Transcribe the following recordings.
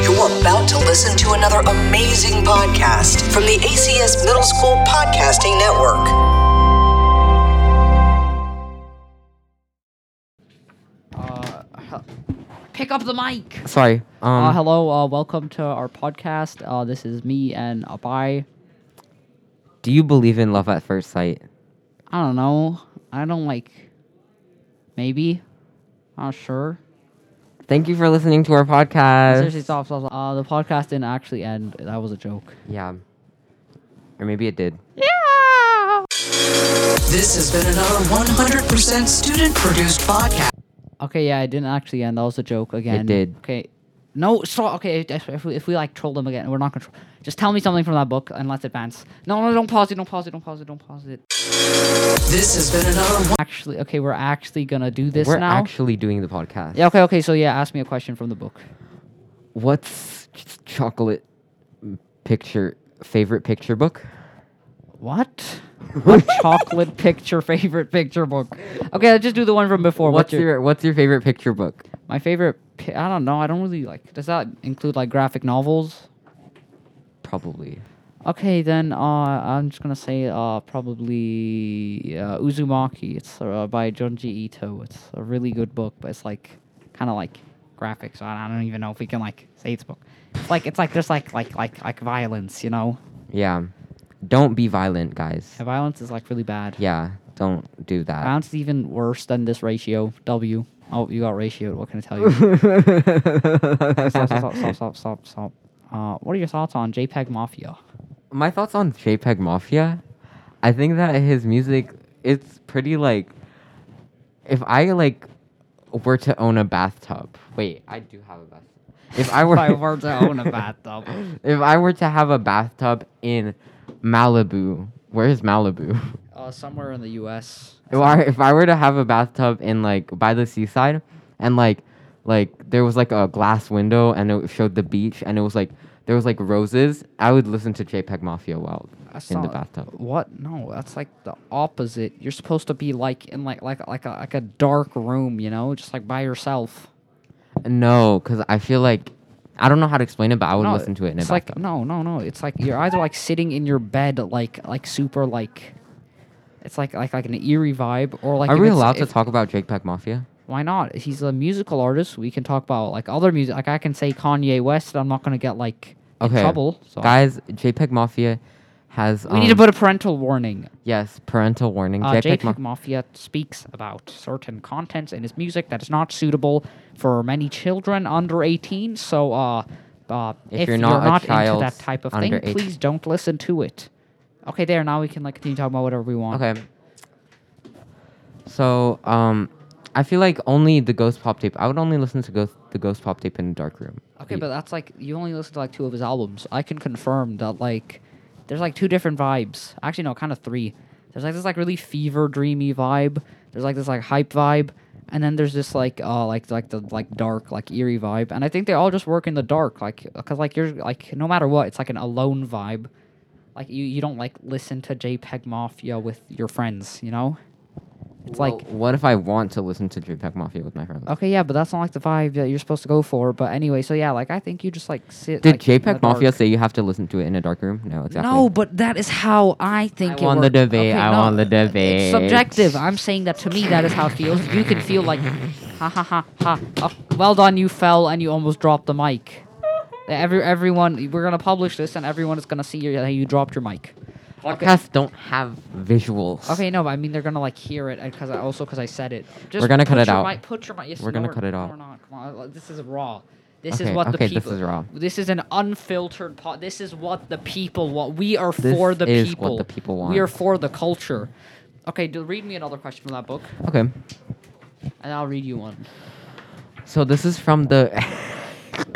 You're about to listen to another amazing podcast from the ACS Middle School Podcasting Network. Uh, he- Pick up the mic. sorry. Um, uh, hello, uh, welcome to our podcast. Uh, this is me and Abai. do you believe in love at first sight? I don't know. I don't like. Maybe. Not sure. Thank you for listening to our podcast. Seriously, stop, stop, stop. Uh, the podcast didn't actually end. That was a joke. Yeah. Or maybe it did. Yeah. This has been another 100% student produced podcast. Okay, yeah, it didn't actually end. That was a joke again. did. Okay. No, stop. Okay, if, if, we, if we like troll them again, we're not gonna. Troll. Just tell me something from that book and let's advance. No, no, don't pause it. Don't pause it. Don't pause it. Don't pause it. This has been another one. Actually, okay, we're actually gonna do this We're now. actually doing the podcast. Yeah, okay, okay. So yeah, ask me a question from the book. What's ch- chocolate picture favorite picture book? What? What chocolate picture favorite picture book? Okay, let's just do the one from before. what's your, what's your favorite picture book? my favorite? Pi- I don't know. I don't really like. Does that include like graphic novels? Probably. Okay, then uh, I'm just gonna say uh, probably uh, Uzumaki. It's uh, by Junji Ito. It's a really good book, but it's like kind of like graphics. I I don't even know if we can like say it's a book. It's like it's like there's like like like like violence, you know. Yeah. Don't be violent, guys. And violence is like really bad. Yeah. Don't do that. Bounce is even worse than this ratio. W. Oh, you got ratioed. What can I tell you? stop, stop, stop, stop, stop, stop. Uh, what are your thoughts on JPEG Mafia? my thoughts on JPEG Mafia, I think that his music it's pretty like if I like were to own a bathtub. Wait, I do have a bathtub. If I were If I were to own a bathtub. if I were to have a bathtub in Malibu, where is Malibu? Uh, somewhere in the U.S. If I, if I were to have a bathtub in like by the seaside and like like there was like a glass window and it showed the beach and it was like there was like roses, I would listen to JPEG Mafia while That's in the not- bathtub. What? No, that's like the opposite. You're supposed to be like in like like like a like a dark room, you know, just like by yourself. No, because I feel like I don't know how to explain it, but I would no, listen to it in a it's like bathtub. no, no, no. It's like you're either like sitting in your bed, like like super like. It's like like like an eerie vibe, or like Are if we it's- allowed to if- talk about Jake Pack Mafia? Why not? He's a musical artist. We can talk about like other music. Like I can say Kanye West. I'm not gonna get like in Okay, trouble. So guys, um, JPEG Mafia has. we need to put a parental warning. yes parental warning. Uh, JPEG, JPEG, Ma- Mafia speaks about certain contents in his music that is not suitable for many children under 18. So, uh, uh, If you're not a into child that type of under thing, 18. please don't listen to it. Okay, there. Now we can like continue talking about whatever we want. Okay. So um, I feel like only the Ghost Pop tape. I would only listen to Ghost the Ghost Pop tape in a dark room. Okay, Ye- but that's like you only listen to like two of his albums. I can confirm that like there's like two different vibes. Actually, no, kind of three. There's like this like really fever dreamy vibe. There's like this like hype vibe, and then there's this like uh like like the like dark like eerie vibe. And I think they all just work in the dark, like because like you're like no matter what, it's like an alone vibe. Like you you don't like listen to JPEG Mafia with your friends, you know. It's Well, like Uh, what if I want to listen to JPEG Mafia with my friends? okay, yeah, but that's not like the vibe that you're supposed to go for. But anyway, so yeah, like I think you just like sit. Did like, in the JPEG Mafia dark. say you have to listen to it in a dark room? No, exactly. No, but that is how I think. it want the worked. debate, I want the it's debate. subjective. I'm saying that to me, that is how it feels. You can feel like, ha ha ha ha. Oh, well done, you fell and you almost dropped the mic. Every everyone, we're gonna publish this, and everyone is gonna see you, you dropped your mic. podcasts don't have visuals. Okay, no, but I mean they're gonna like hear it because I also because I said it. Just We're gonna cut put it your out. mic- put your mic. Yes, We're no, gonna cut it no, out. We're not. Come on, like, this is raw. This Okay, is what okay, the this people. is raw. This is an unfiltered pot. This is what the people want. We are This for the is what people. the people We are want. for the culture. Okay, do, read me another question from that book, Okay. and I'll read you one. So this is from the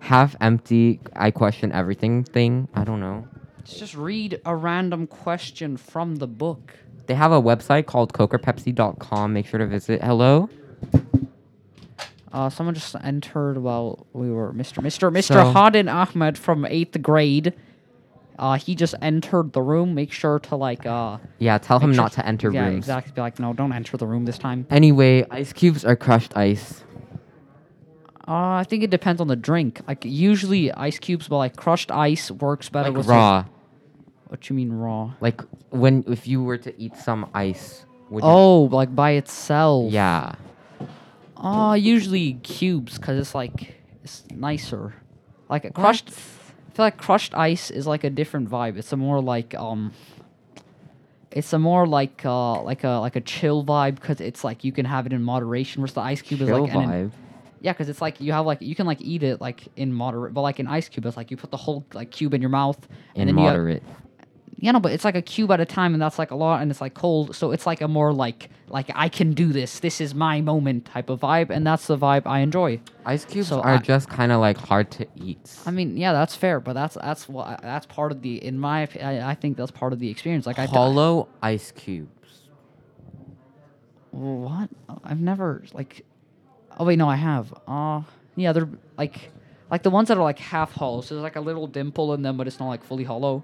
half empty I question everything thing. I don't know. Let's just read a random question from the book. They have a website called cokerpepsi.com. Make sure to visit. Hello? Uh, someone just entered while we were Mr. Mr. Mr. So- Hadin Ahmed from eighth grade. Uh, he just entered the room. Make sure to like uh. Yeah, tell him make sure not to enter yeah, rooms. exactly. Be like, no, don't enter the room this time. Anyway, ice cubes are crushed ice. Uh, I think it depends on the drink. Like usually ice cubes, but like crushed ice works better Like with raw. What you mean raw? Like when if you were to eat some ice, would Oh, like by itself. you, yeah. Uh, usually cubes because it's like it's nicer. Like a crushed. I feel like crushed ice is like a different vibe. It's a more like um. It's a more like uh like a like a chill vibe because it's like you can have it in moderation. Whereas the ice cube is Chill like An, vibe. Yeah, because it's like you have like you can like eat it like in moderate, but like an ice cube, it's like you put the whole like cube in your mouth In you have- moderate. yeah, no, but it's like a cube at a time, and that's like a lot, and it's like cold, so it's like a more like like I can do this. This is my moment type of vibe, and that's the vibe I enjoy. Ice cubes So are I- just kind of like hard to eat. I mean, yeah, that's fair, but that's that's what I- that's part of the in my opi- I, I think that's part of the experience. Like I Hollow ice cubes. what I've never like. Oh wait, no, I have. Uh yeah, they're like like the ones that are like half hollow, so there's like a little dimple in them, but it's not like fully hollow,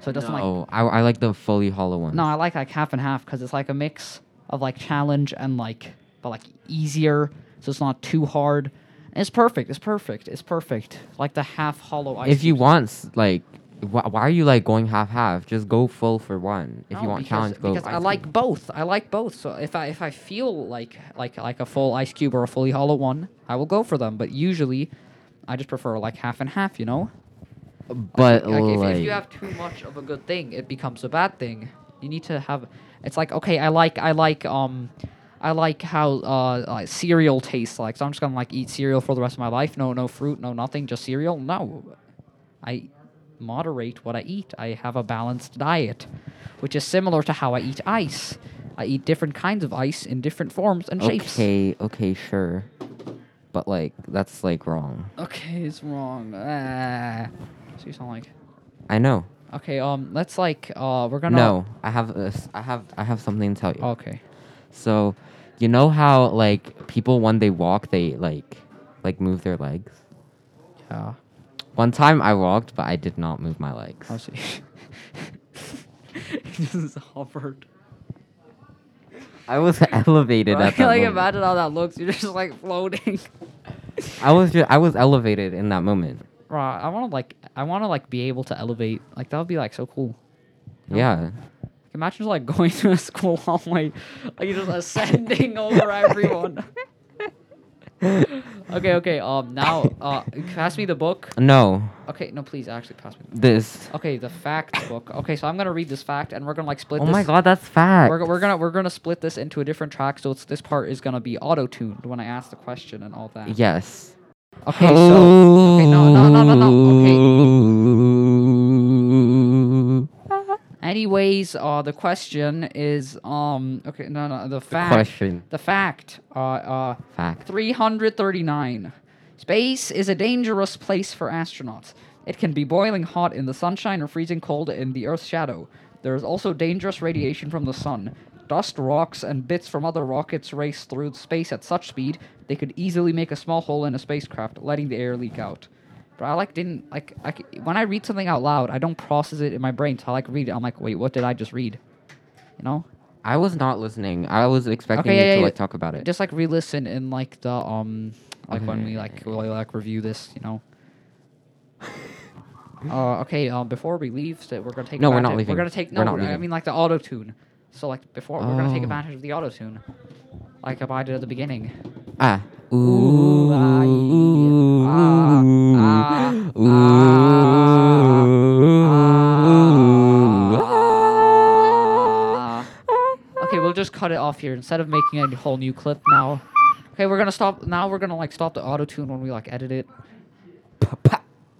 so it doesn't like Oh, I, I like the fully hollow ones. No, I like like half and half because it's like a mix of like challenge and like, but like easier, so it's not too hard. And it's perfect. It's perfect. It's perfect. Like the half hollow ice. if you cubes. want s- like wh- why are you like going half half just go full for one if you No, want because- challenge go because I ice like cube. both. I like both. So if I if I feel like like like a full ice cube or a fully hollow one, I will go for them. But usually, I just prefer like half and half. You know, but like if, like, if you have too much of a good thing, it becomes a bad thing. You need to have. It's like okay, I like I like um, I like how uh like cereal tastes like. So I'm just gonna like eat cereal for the rest of my life. No, no fruit, no nothing, just cereal. No, I moderate what I eat. I have a balanced diet, which is similar to how I eat ice. I eat different kinds of ice in different forms and shapes. okay okay sure but like that's like wrong Okay, it's wrong. Ah. So you sound like. i know Okay, um, let's like uh, we're gonna. no i have this i have i have something to tell you Okay. so you know how like people when they walk they like like move their legs Yeah. one time i walked but i did not move my legs I see. this is hovered. i was elevated at Right? that like moment. imagine how that looks. You're just like floating. i was just i was elevated in that moment Right. I want to like. I want to like be able to elevate. Like that would be like so cool. yeah Like, imagine just, like going to a school hallway, like you're just ascending over everyone. okay. Okay. Um. Now. Uh. Pass me the book. no Okay. No, please. Actually, pass me. The this Okay. The fact book. Okay. So I'm gonna read this fact, and we're gonna like split. Oh this my god, that's fact. We're, we're gonna we're gonna split this into a different track, so it's this part is gonna be auto tuned when I ask the question and all that. yes. Okay. So. Okay. No. No. No. No. No. Okay. Anyways, uh, the question is um. Okay. No. No. The fact. question. The fact. Uh. Uh. Fact. 339. Space is a dangerous place for astronauts. It can be boiling hot in the sunshine or freezing cold in the Earth's shadow. There is also dangerous radiation from the sun. Dust, rocks, and bits from other rockets race through space at such speed they could easily make a small hole in a spacecraft, letting the air leak out. But I like didn't like I, c- when I read something out loud, I don't process it in my brain. So I like read it. I'm like, wait, what did I just read? You know? I was not listening. I was expecting Okay, you yeah, to yeah, like yeah. talk about it. Just like re-listen in like the um, like when we like we, like review this, you know. uh, okay. Um, before we leave, so we're gonna take. No, we're advantage- not leaving. We're gonna take. We're No, not we're- I leaving. mean like the auto tune. So like before, we're gonna take Oh. advantage of the auto tune, like I did at the beginning. ah. Ooh. Ooh, ah, Ooh. ah, ah, Ooh. Uh, okay, we'll just cut it off here instead of making a whole new clip now. Okay, we're gonna stop. Now we're gonna like stop the auto tune when we like edit it.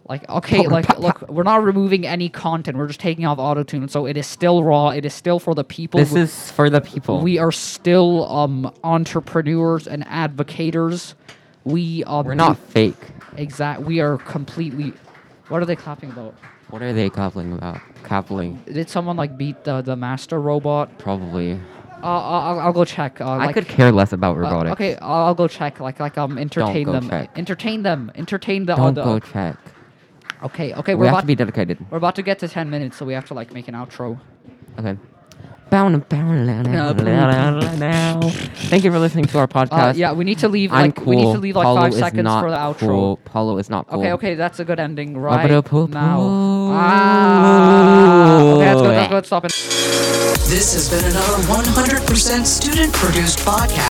Like okay, like look, we're not removing any content. We're just taking off auto tune, so it is still raw. It is still for the people. This We- is for the people. we are still um entrepreneurs and advocators. We um, We're not fake. exact. We are completely. What are they clapping about? What are they coupling about? Coupling. Did someone like beat the the master robot? Probably. Uh, I'll, I'll go check. Uh, I like- could care less about Uh, robotics. okay, I'll, I'll go check. Like, like um, entertain go them. check. Entertain them. Entertain the. Don't the go check. Okay, okay, We we're have about to be dedicated. we're about to get to ten minutes, so we have to like make an outro. Okay. Thank you for listening to our Uh, podcast. yeah, we need to leave. I'm Like cool. we need to leave like Paulo five is seconds not for the outro. Cool. Paulo is not cool. Okay, okay, that's a good ending right now. Ba-ba-da-poo-poo. Ah, okay, that's good. That's good. Stop it. This has been another 100% student produced podcast.